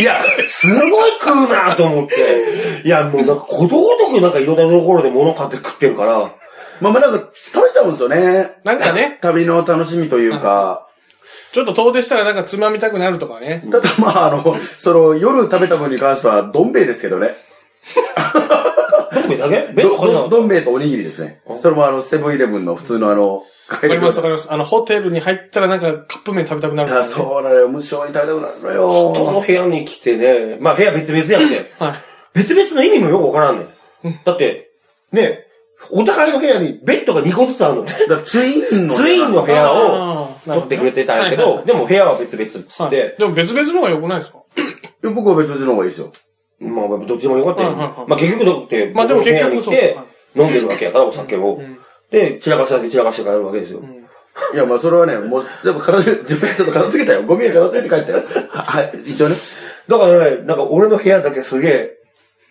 Speaker 1: [LAUGHS] いや、すごい食うなと思って。いや、もうなんか、ことごとくなんかいろんなところで物買って食ってるから。
Speaker 2: まあまあなんか、食べちゃうんですよね。
Speaker 3: なんかね、
Speaker 2: 旅の楽しみというか。
Speaker 3: ちょっと遠出したらなんかつまみたくなるとかね。
Speaker 2: ただまあ、あの、その、夜食べた分に関しては、どん兵衛ですけどね。
Speaker 1: どん兵衛だけ弁当
Speaker 2: ど
Speaker 1: 買えなか
Speaker 2: ど
Speaker 1: っ
Speaker 2: どん兵衛とおにぎりですね。それもあの、セブンイレブンの普通のあの、わ
Speaker 3: わかりますわかります。あの、ホテルに入ったらなんかカップ麺食べたくなるんで
Speaker 2: あ、
Speaker 3: すよね。
Speaker 2: そうなのよ。無性に食べたくなるの
Speaker 1: た。人
Speaker 2: よ。
Speaker 1: の部屋に来てね、まあ部屋別々やんけ。
Speaker 3: はい。
Speaker 1: 別々の意味もよくわからんねん。だって、ね、お互いの部屋にベッドが2個ずつあ
Speaker 3: [LAUGHS]
Speaker 1: るの。ツ
Speaker 2: だからツインのね。
Speaker 1: インの部屋を
Speaker 3: あーな
Speaker 1: 取っ
Speaker 3: るほど
Speaker 1: てくれてたんやけ
Speaker 3: はいはい
Speaker 1: ど、でも部屋は別々っつっ
Speaker 3: はい
Speaker 1: て、
Speaker 3: でも別々の方が良くないですか
Speaker 2: 僕は別々の方がいいですよ。
Speaker 1: まあどっちもよかった
Speaker 3: うんうん
Speaker 1: よ
Speaker 3: う。ん
Speaker 1: まあ結局だって、
Speaker 3: まあでも結
Speaker 1: 僕の部屋
Speaker 3: 局
Speaker 1: に来て、飲んでるわけやから、お酒を。で、散らかしただけ散らかして帰るわけですよ。
Speaker 2: いや、まあ、それはね、もう、でも、片付け、自分でちょっと片付けたよ。ゴミが片付けて帰ったよ。はい、一応ね。
Speaker 1: だからね、なんか俺の部屋だけすげえ、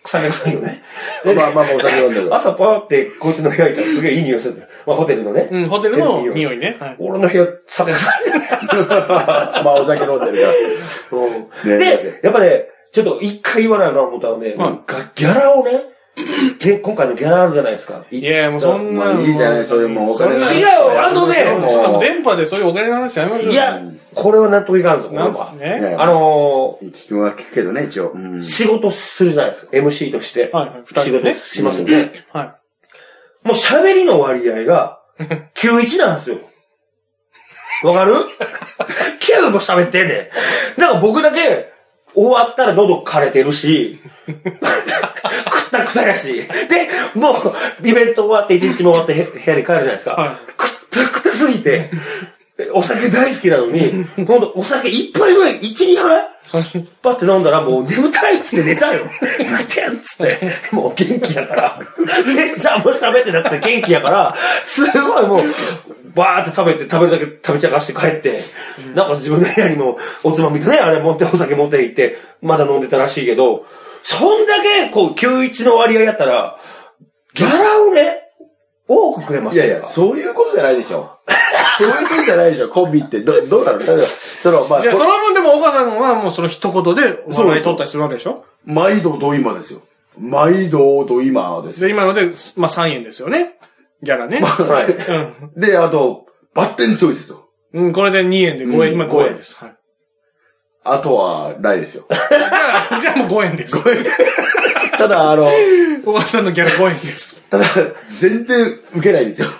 Speaker 1: 臭め臭いよ
Speaker 3: [LAUGHS]
Speaker 1: ね。
Speaker 2: まあまあまあ、お酒飲んでる。
Speaker 1: 朝パーってこいつの部屋行ったらすげえいい匂いするんだよ。まあホテルのね。
Speaker 3: うん、ホテルの匂いね。はい。
Speaker 1: 俺の部屋、酒臭い。
Speaker 2: [LAUGHS] まあ、お酒飲んでるか
Speaker 1: うんで
Speaker 2: ね、
Speaker 1: やっぱね、ちょっと一回言わないな思ったので、
Speaker 3: はい
Speaker 1: がギャラをね、で今回のギャラあるじゃないですか。い
Speaker 3: いやいや、もうそんな
Speaker 2: まあ
Speaker 3: の。
Speaker 2: いいじゃないそういうもうお金
Speaker 3: そん
Speaker 1: 違
Speaker 3: な
Speaker 1: う、あの
Speaker 2: もう
Speaker 1: ね、
Speaker 3: そんなもう電波でそういうお金の話やめましょう。
Speaker 1: いや、これは納得いかんぞ、これ
Speaker 3: なんす
Speaker 1: は。
Speaker 2: ら。
Speaker 3: ね。
Speaker 2: ね
Speaker 1: あの
Speaker 2: 聞くは聞くけどね、一応。うん
Speaker 1: ー、。仕事するじゃないですか、MC として。
Speaker 3: はいはい二人
Speaker 1: 仕
Speaker 3: で
Speaker 1: 事
Speaker 3: ね
Speaker 1: しますよね。
Speaker 3: は
Speaker 1: もう喋りの割合が、91なんですよ。わかる ?9 も喋ってんねん。なんか僕だけ、終わったら喉枯れてるし、 [LAUGHS] くったくたやし。で、もう、イベント終わって、一日も終わってへ部屋に帰るじゃないですか。
Speaker 3: は
Speaker 1: くったくたすぎて、お酒大好きなのに、今度お酒一杯ぐらい、一、二杯パって飲んだらもう眠たいっつって寝た
Speaker 2: [LAUGHS]
Speaker 1: よ。寝てんっつって。もう元気やから。で、じゃあもう喋ってなくて元気やから、すごいもう、バーって食べて、食べるだけ食べ散らかして帰って、なんか自分の部屋にもおつまみとね、あれ持って、お酒持って行って、まだ飲んでたらしいけど、そんだけ、こう、91の割合やったら、ギャラをね、多くくれま
Speaker 2: い
Speaker 1: す
Speaker 2: やいや、そういうことじゃないでしょ。そういうことじゃないでしょ、コンビって。ど、どうなのだからその、まあ
Speaker 3: い。じゃあ、そ
Speaker 2: こ
Speaker 3: の分でも、お母さんはもうその一言で笑い取ったりするわけでしょ
Speaker 2: 毎度ど今ですよ。毎度ど今ですよ。
Speaker 3: で、今ので、まあ3円ですよね。ギャラね。
Speaker 1: はい。
Speaker 3: うん
Speaker 2: で、あと、バッテンチョイスですよ。
Speaker 3: うん、これで2円で5
Speaker 2: うん
Speaker 3: 円、今5円です。はい。
Speaker 2: あとは、ないですよ。
Speaker 3: じゃあ、じゃあもう5円です。
Speaker 2: [LAUGHS] ただ、あの、
Speaker 3: [LAUGHS] お母さんのギャラ5円です。
Speaker 2: ただ、全然受けないんですよ。 [LAUGHS]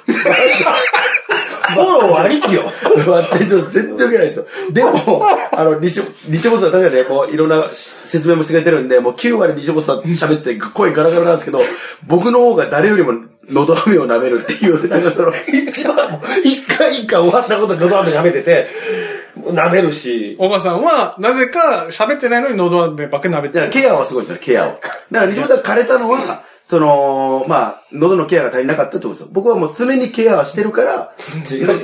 Speaker 1: フォローありきよ。
Speaker 2: バッテンチョイス全然受けないんですよ。でも、あの、西、西本さん、確かにね、こう、いろんな説明もしてくれてるんで、もう9割西本さん喋って声ガラガラなんですけど、僕の方が誰よりも喉飴を舐めるっていう、 [LAUGHS] なんかその、
Speaker 1: [LAUGHS] 一番、一回一回終わったこと喉飴舐めてて、舐めるし、
Speaker 3: お母さんは、なぜか喋ってないのに喉飴ばっかり舐めて
Speaker 2: だから
Speaker 3: る。
Speaker 2: ケアはすごいですよ、ケアを。だから西本さんが枯れたのは、その、まあ、喉のケアが足りなかったってことですよ。僕はもう常にケアはしてる
Speaker 3: [LAUGHS]
Speaker 2: から、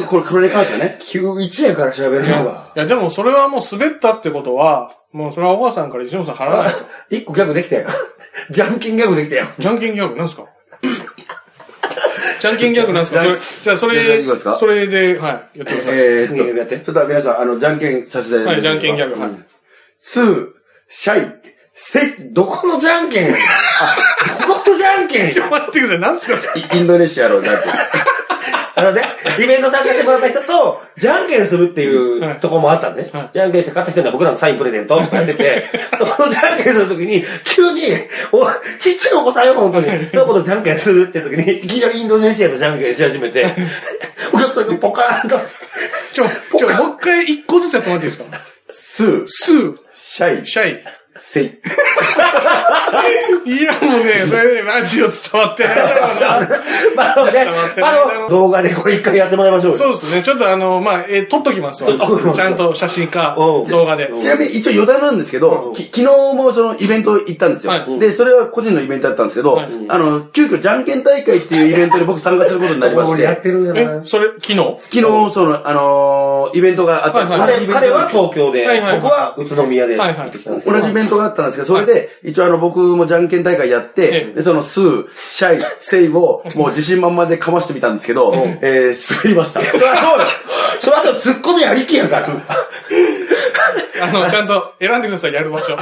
Speaker 2: これ、これに関してはね。
Speaker 1: 91円から喋るのが。
Speaker 3: いや、でもそれはもう滑ったってことは、もうそれはお母さんから西本さん払わないと。
Speaker 1: 一個ギャグできたよ。ジャンキンギャグできたよ。
Speaker 3: じゃんけんギャグなんすかじゃんけんギャグなんすかそれじゃあそ
Speaker 2: じゃんけんギ
Speaker 3: れ
Speaker 2: ャグですか、
Speaker 3: それで、はい、やってください。
Speaker 2: え
Speaker 1: ギャグやって
Speaker 2: ーっと、ちょっと皆さん、あの、じゃんけんさせていただ
Speaker 3: はい、
Speaker 2: て
Speaker 3: じゃ
Speaker 2: い
Speaker 3: ん
Speaker 2: いですか
Speaker 3: けんギャグ、はい。
Speaker 2: スー、シャイ、セイ、
Speaker 1: どこのじゃんけんやねんあどこのじゃんけん
Speaker 3: ちょっ
Speaker 1: や
Speaker 3: と待ってください、なんすかそれ
Speaker 2: イインドネシアのなんて。
Speaker 1: あのね、イベント参加してもらった人と、じゃんけんするっていうとこもあったんで、ね
Speaker 3: はい
Speaker 1: じゃんけんして勝った人には僕らのサインプレゼントとかやってて、 [LAUGHS] そのじゃんけんするときに、急に、お、ちっちゃいお子さんよ、本当に。その子とじゃんけんするって時に、いきなりインドネシアのじゃんけんし始め
Speaker 3: [LAUGHS]
Speaker 1: て、お客さんがポカーンと。 [LAUGHS]
Speaker 3: ちょ、ちょ、もう一回一個ずつやってもらっていいですか
Speaker 2: スー、
Speaker 3: スー、
Speaker 2: シャイ、
Speaker 3: シャイ。
Speaker 2: セイ。
Speaker 3: いや、もうね、それでラジオ伝わってないだろうな。
Speaker 1: まあ、あのね
Speaker 3: 伝わってないな
Speaker 1: あの、動画でこれ一回やってもらいましょうよ。
Speaker 3: そうですね、ちょっとあの、まあ、えー撮っときますわ
Speaker 1: 撮っときま。す
Speaker 3: ちゃんと写真か、
Speaker 1: うん
Speaker 3: 動画で。
Speaker 2: ちなみに一応余談なんですけど、き昨日もそのイベント行ったんですよ、
Speaker 3: はい
Speaker 2: で、それは個人のイベントだったんですけど、
Speaker 3: はい
Speaker 2: あの、急遽じゃんけん大会っていうイベントに僕参加することになりまし、
Speaker 1: 俺やっててるよ
Speaker 3: え
Speaker 1: な、。
Speaker 3: それ、昨日
Speaker 2: 昨日その、あのーイベントがあったんです、
Speaker 3: はいは
Speaker 1: 彼彼は東京で、
Speaker 3: はいはいはい
Speaker 1: 僕は宇都宮で行ってきたんですけど
Speaker 2: 同じイベントがあったんですけど、それで、一応あの、僕もじゃんけん大会やっ
Speaker 3: え
Speaker 2: て
Speaker 3: え、
Speaker 2: で、その、スー、シャイ、セイを、もう自信満々でかましてみたんですけど、えー、滑りました。
Speaker 1: [LAUGHS] そりゃそうよ。そりゃそう、ツッコミありきやから。
Speaker 3: [LAUGHS] あの、ちゃんと選んでください、やる場 [LAUGHS] 所。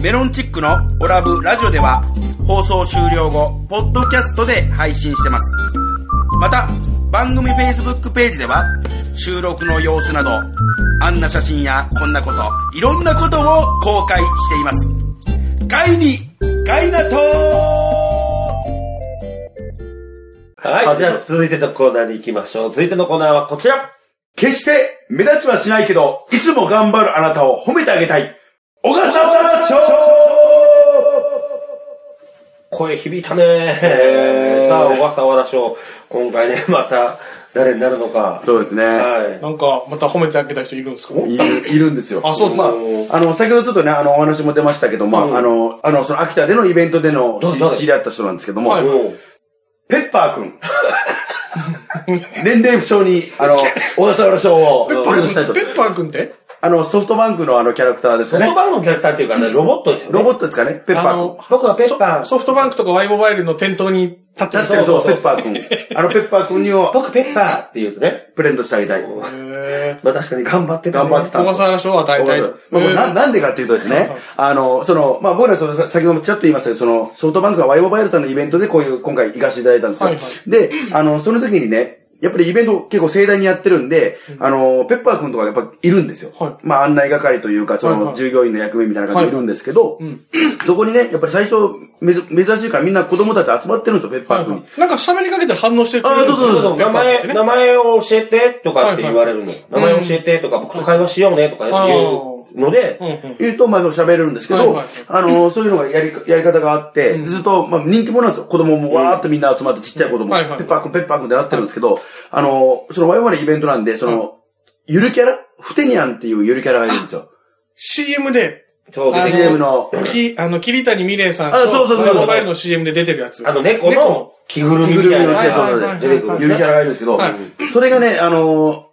Speaker 4: メロンチックのオラブラジオでは放送終了後、ポッドキャストで配信してます。また、番組 Facebook ページでは収録の様子など、あんな写真やこんなこと、いろんなことを公開しています。ガイに、ガイナト
Speaker 1: はい。じゃあ、続いてのコーナーに行きましょう。続いてのコーナーはこちら。
Speaker 2: 決して目立ちはしないけど、いつも頑張るあなたを褒めてあげたい。小笠原翔
Speaker 1: 声響いたねー。さあ、小笠原賞。今回ね、 [LAUGHS] また、誰になるのか。
Speaker 2: そうですね。
Speaker 1: はい。
Speaker 3: なんか、また褒めてあげた人いるんですか
Speaker 2: いいるんですよ。
Speaker 3: あ、そうです
Speaker 1: まあ
Speaker 3: か。
Speaker 2: あの、先ほどちょっとね、あの、お話も出ましたけど、ま
Speaker 1: うん
Speaker 2: あ、あの、あの、その秋田でのイベントでの
Speaker 1: ど誰
Speaker 2: 知知り合った人なんですけども、
Speaker 3: はい
Speaker 1: うん
Speaker 2: ペッパーくん。年齢不詳に、あの、小笠原賞を、
Speaker 3: ペッパ
Speaker 2: プレゼンしたい
Speaker 3: ー
Speaker 2: と
Speaker 3: 君、ペ。ッパー君って
Speaker 2: あの、ソフトバンクのあの、キャラクターですか
Speaker 1: ソフト
Speaker 2: ね。
Speaker 1: バンクのキャラクターっていうかね、ロボットですよね。
Speaker 2: ロボットですかね、ペッパ
Speaker 3: あ
Speaker 2: ー
Speaker 3: の
Speaker 2: くん。
Speaker 1: 僕はペッパー
Speaker 3: ソソフトバンクとか Y モバイルの店頭に立ってる
Speaker 2: 確かにそう、
Speaker 1: そうそうそう
Speaker 2: ペッパーくん。あの、ペッパーくんにを
Speaker 1: 僕ペッパーって言うとね。
Speaker 2: プレゼントしてあげたい。
Speaker 3: へ
Speaker 1: まあ確かに頑張ってた、ね。
Speaker 2: 頑張って
Speaker 3: ー
Speaker 2: た
Speaker 3: 小。笠原賞は大体。
Speaker 2: まあこれな
Speaker 3: へー
Speaker 2: なんでかっていうとですね、あの、その、まあ僕らその、さ先ほどもちらっと言いましたけど、その、ソフトバンクが Y モバイルさんのイベントでこういう、今回行かせていただいたんですよ。
Speaker 3: はいは
Speaker 2: で、あの、その時にね、やっぱりイベント結構盛大にやってるんで、あの、ペッパー君とかやっぱいるんですよ。
Speaker 3: はい
Speaker 2: まあ案内係というか、そ
Speaker 3: はいは
Speaker 2: の
Speaker 3: い
Speaker 2: 従業員の役目みたいな感じでいるんですけど、
Speaker 3: うん
Speaker 2: そこにね、やっぱり最初、めず珍しいからみんな子供たち集まってるんですよ、ペッパー君に。
Speaker 3: なんか喋りかけたら反応してくれる。
Speaker 2: あそうそう
Speaker 1: そうそう、
Speaker 3: ペ
Speaker 1: 名
Speaker 3: ッパーっ
Speaker 1: 前、
Speaker 3: てね
Speaker 1: 名前を教えてとかって言われるの。
Speaker 3: いはい
Speaker 1: 名前教えてとか、僕と会話しようねとか言うので、
Speaker 3: うんうん。
Speaker 2: 言うと、まあ、そう喋れるんですけど、
Speaker 3: はいはい
Speaker 2: あの、そういうのがやり、やり方があって、
Speaker 3: うん
Speaker 2: ずっと、まあ、人気者なんですよ。子供もわーっとみんな集まって、ちっちゃい子供、
Speaker 3: うんはいはい
Speaker 2: ペッパーくん、ペッパーくんってなってるんですけど、あの、その我々イベントなんで、その、ゆるキャラフテニャンっていうゆるキャラがいるんですよ。
Speaker 3: CM で、
Speaker 1: そうですね。
Speaker 2: CM の。
Speaker 3: き、あの、桐谷美玲さんと、
Speaker 2: あそうそうそうそう
Speaker 3: Y モバイルの CM で出てるやつ。
Speaker 1: あの、猫の着ぐるみみたいな
Speaker 3: はい
Speaker 1: やつ
Speaker 3: はい
Speaker 1: が
Speaker 3: はい
Speaker 1: 出てくるん
Speaker 2: ゆ
Speaker 1: で
Speaker 2: る
Speaker 1: す
Speaker 2: キ
Speaker 1: ね。
Speaker 2: ャラがいるんですけど、
Speaker 3: はい
Speaker 2: それがね、あのー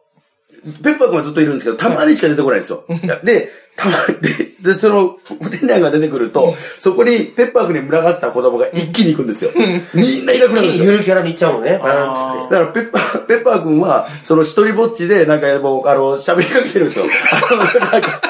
Speaker 2: ペッパー君はずっといるんですけど、たまにしか出てこないんですよ。で、たま、で、で、その、お手内が出てくると、そこにペッパー君に群がってた子供が一気に行くんですよ。みんないなくなるんです
Speaker 1: ゆ
Speaker 2: よ。
Speaker 1: るキャラに行っちゃうのね。
Speaker 3: あ
Speaker 1: なんつっ
Speaker 2: だから、ペッパー、ペッパー君は、その一人ぼっちで、なんかもう、あの、喋りかけてるんですよ。あの、なんか、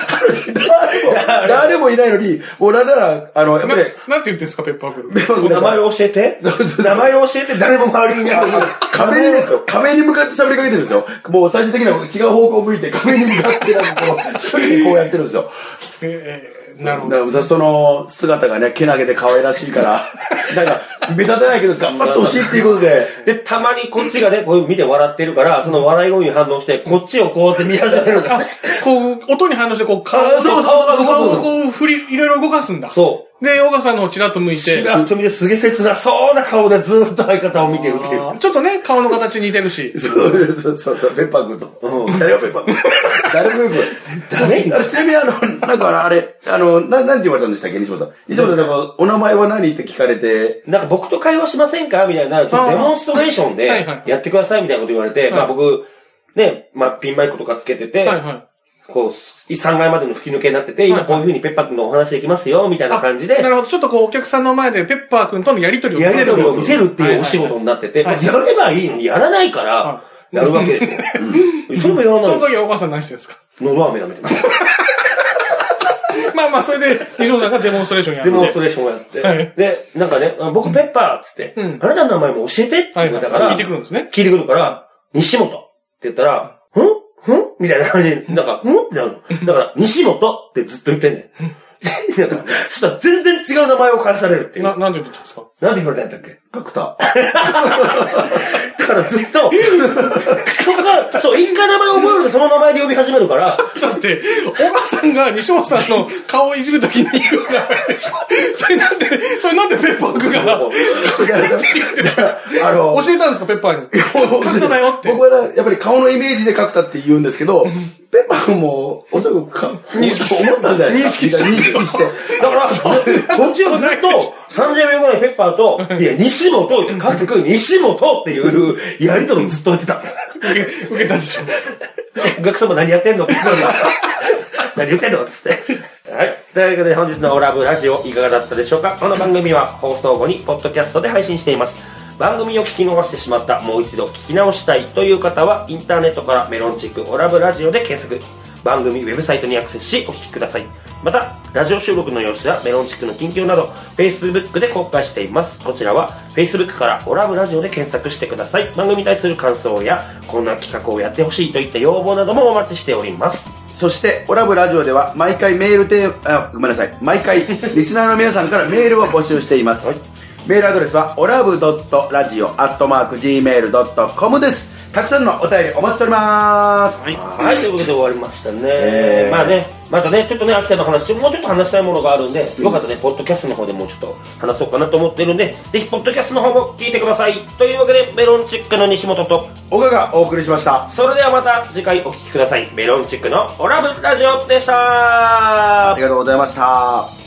Speaker 2: 誰も、誰もいないのに、もうなんなら、あの、やっぱ
Speaker 3: な
Speaker 2: り、
Speaker 3: なんて言ってんですか、ペッパー君。
Speaker 2: ペッパー
Speaker 1: て
Speaker 2: 君
Speaker 1: 名前を教えて
Speaker 2: そうそう
Speaker 1: 名前を教えて誰も周りにいない。
Speaker 2: 壁にですよ。壁に向かって喋りかけてるんですよ。もう最終的には違う方向を向いて壁に向かってなんかこう、一人でこうやってるんですよ。
Speaker 3: えーえーなるほど。
Speaker 2: だからその姿がね、けなげで可愛らしいから、 [LAUGHS] なんか目立たないけど頑張ってほしいっていうことで、
Speaker 1: で、たまにこっちがね、こう見て笑ってるから、その笑い声に反応して、こっちをこうやって見始めるんだね。
Speaker 3: [LAUGHS] こう、音に反応して、こう、顔を、
Speaker 2: あそうそうそうそう
Speaker 3: 顔をこう、振り、いろいろ動かすん
Speaker 1: [LAUGHS]
Speaker 3: だ。
Speaker 1: そう。
Speaker 3: で、ヨガさんの方をちらっと向いて、
Speaker 1: 違うと見てすげえ切なそうな顔でずーっと相方を見てるっていう。
Speaker 3: ちょっとね、顔の形似て
Speaker 1: [LAUGHS]
Speaker 3: るし。
Speaker 2: そう、そう、そう、ペッパー君と。誰がペッパー君誰がペッパー君ちなみにあの、なんかあれ、あの、な、なんて言われたんでしたっけ、西本さん。西本さん、なんか、お名前は何って聞かれて、
Speaker 1: なんか僕と会話しませんかみたいな、ちょっとデモンストレーション
Speaker 3: はいは
Speaker 1: で
Speaker 3: い
Speaker 1: やってくださいみたいなこと言われて、まあ僕、ね、まあピンマイクとかつけてて、
Speaker 3: はいはい。
Speaker 1: こう、3階までの吹き抜けになってて、
Speaker 3: は
Speaker 1: 今
Speaker 3: い
Speaker 1: こういう風にペッパー君のお話できますよ、みたいな
Speaker 3: あ
Speaker 1: 感じで、
Speaker 3: なるほど。ちょっとこう、お客さんの前で、ペッパー君とのやりとりを
Speaker 1: や
Speaker 3: 見せ
Speaker 1: り
Speaker 3: る
Speaker 1: と。りを見せるっていうお仕事になってて、
Speaker 3: はいはい
Speaker 1: まあやればいいのにやらないから
Speaker 3: は、
Speaker 1: やるわけですよ。うんそれもやら
Speaker 3: その
Speaker 1: ない。
Speaker 3: 時はヨガさん何してるんですか [LAUGHS]
Speaker 1: のラーメン舐めてます。
Speaker 3: まあまあ、それで、西本さんがデモンストレーションやっ
Speaker 1: デ
Speaker 3: て。
Speaker 1: モンストレーションをやって、
Speaker 3: はい
Speaker 1: で、なんかね、あ僕ペッパーっつって、
Speaker 3: うん
Speaker 1: あなたの名前も教えてって
Speaker 3: は
Speaker 1: 言
Speaker 3: い
Speaker 1: わ
Speaker 3: は
Speaker 1: れ
Speaker 3: い。
Speaker 1: たから、
Speaker 3: 聞いてくるんですね。
Speaker 1: 聞いてくるから、西本って言ったら、んんみたいな感じで、なんか、んってなるの。だから、西本ってずっと言ってんねん。 [LAUGHS] だから、そしたら全然違う名前を返されるっていう。
Speaker 3: な、
Speaker 1: な
Speaker 3: なんて言ってたんですか [LAUGHS]
Speaker 1: んで言われたんだっけ [LAUGHS]
Speaker 2: 角 [LAUGHS] 田。
Speaker 1: だからずっと、そっか、 [LAUGHS] そう、一回名前を覚えるとその名前で呼び始めるから、
Speaker 3: だって、小川さんが西本さんの顔をいじるときに言うからでしょ。それなんで、それなんでペッパー
Speaker 1: [LAUGHS]
Speaker 3: 君が、
Speaker 2: [LAUGHS] あの、
Speaker 3: 教えたんですか、ペッ [LAUGHS] パーに。角田だよって。
Speaker 2: 僕はなやっぱり顔のイメージで角田って言うんですけど、ペッパー君も、おそらくか、
Speaker 3: 認識して
Speaker 2: 思ったんじゃないですか。
Speaker 3: 認識して
Speaker 2: 認識して。
Speaker 1: だから、途中ずっと、30秒後らいペッパーと、いや、西本って、かってくる西本っていうやりとりをずっと言ってた。
Speaker 3: 受け受けたでしょ。
Speaker 1: お客様何やってんのって言うから何言ってんのっつって。はい。というわけで本日のオラブラジオいかがだったでしょうかこの番組は放送後にポッドキャストで配信しています。番組を聞き逃してしまった、もう一度聞き直したいという方は、インターネットからメロンチックオラブラジオで検索。番組ウェブサイトにアクセスしお聞きください。また、ラジオ収録の様子やメロンチックの近況など、Facebook で公開しています。こちらは Facebook からオラブラジオで検索してください。番組に対する感想や、こんな企画をやってほしいといった要望などもお待ちしております。
Speaker 4: そして、オラブラジオでは毎回メールテーマ、あごめんなさい、毎 [LAUGHS] 回リスナーの皆さんからメールを募集しています。
Speaker 1: はい
Speaker 4: メールアドレスは、オラブドットラジオアットマーク Gmail.com です。たくさんのお便りお待ちしております。
Speaker 5: はい。
Speaker 1: はい、ということで終わりましたね。
Speaker 4: えー
Speaker 1: まあね、またね、ちょっとね、秋田の話、もうちょっと話したいものがあるんで、よかったらね、ポッドキャストの方でもうちょっと話そうかなと思ってるんで、ぜひ、ポッドキャストの方も聞いてください。というわけで、メロンチックの西本と、
Speaker 4: 岡がお送りしました。
Speaker 1: それではまた次回お聞きください。メロンチックのオラブラジオでした
Speaker 4: ありがとうございました。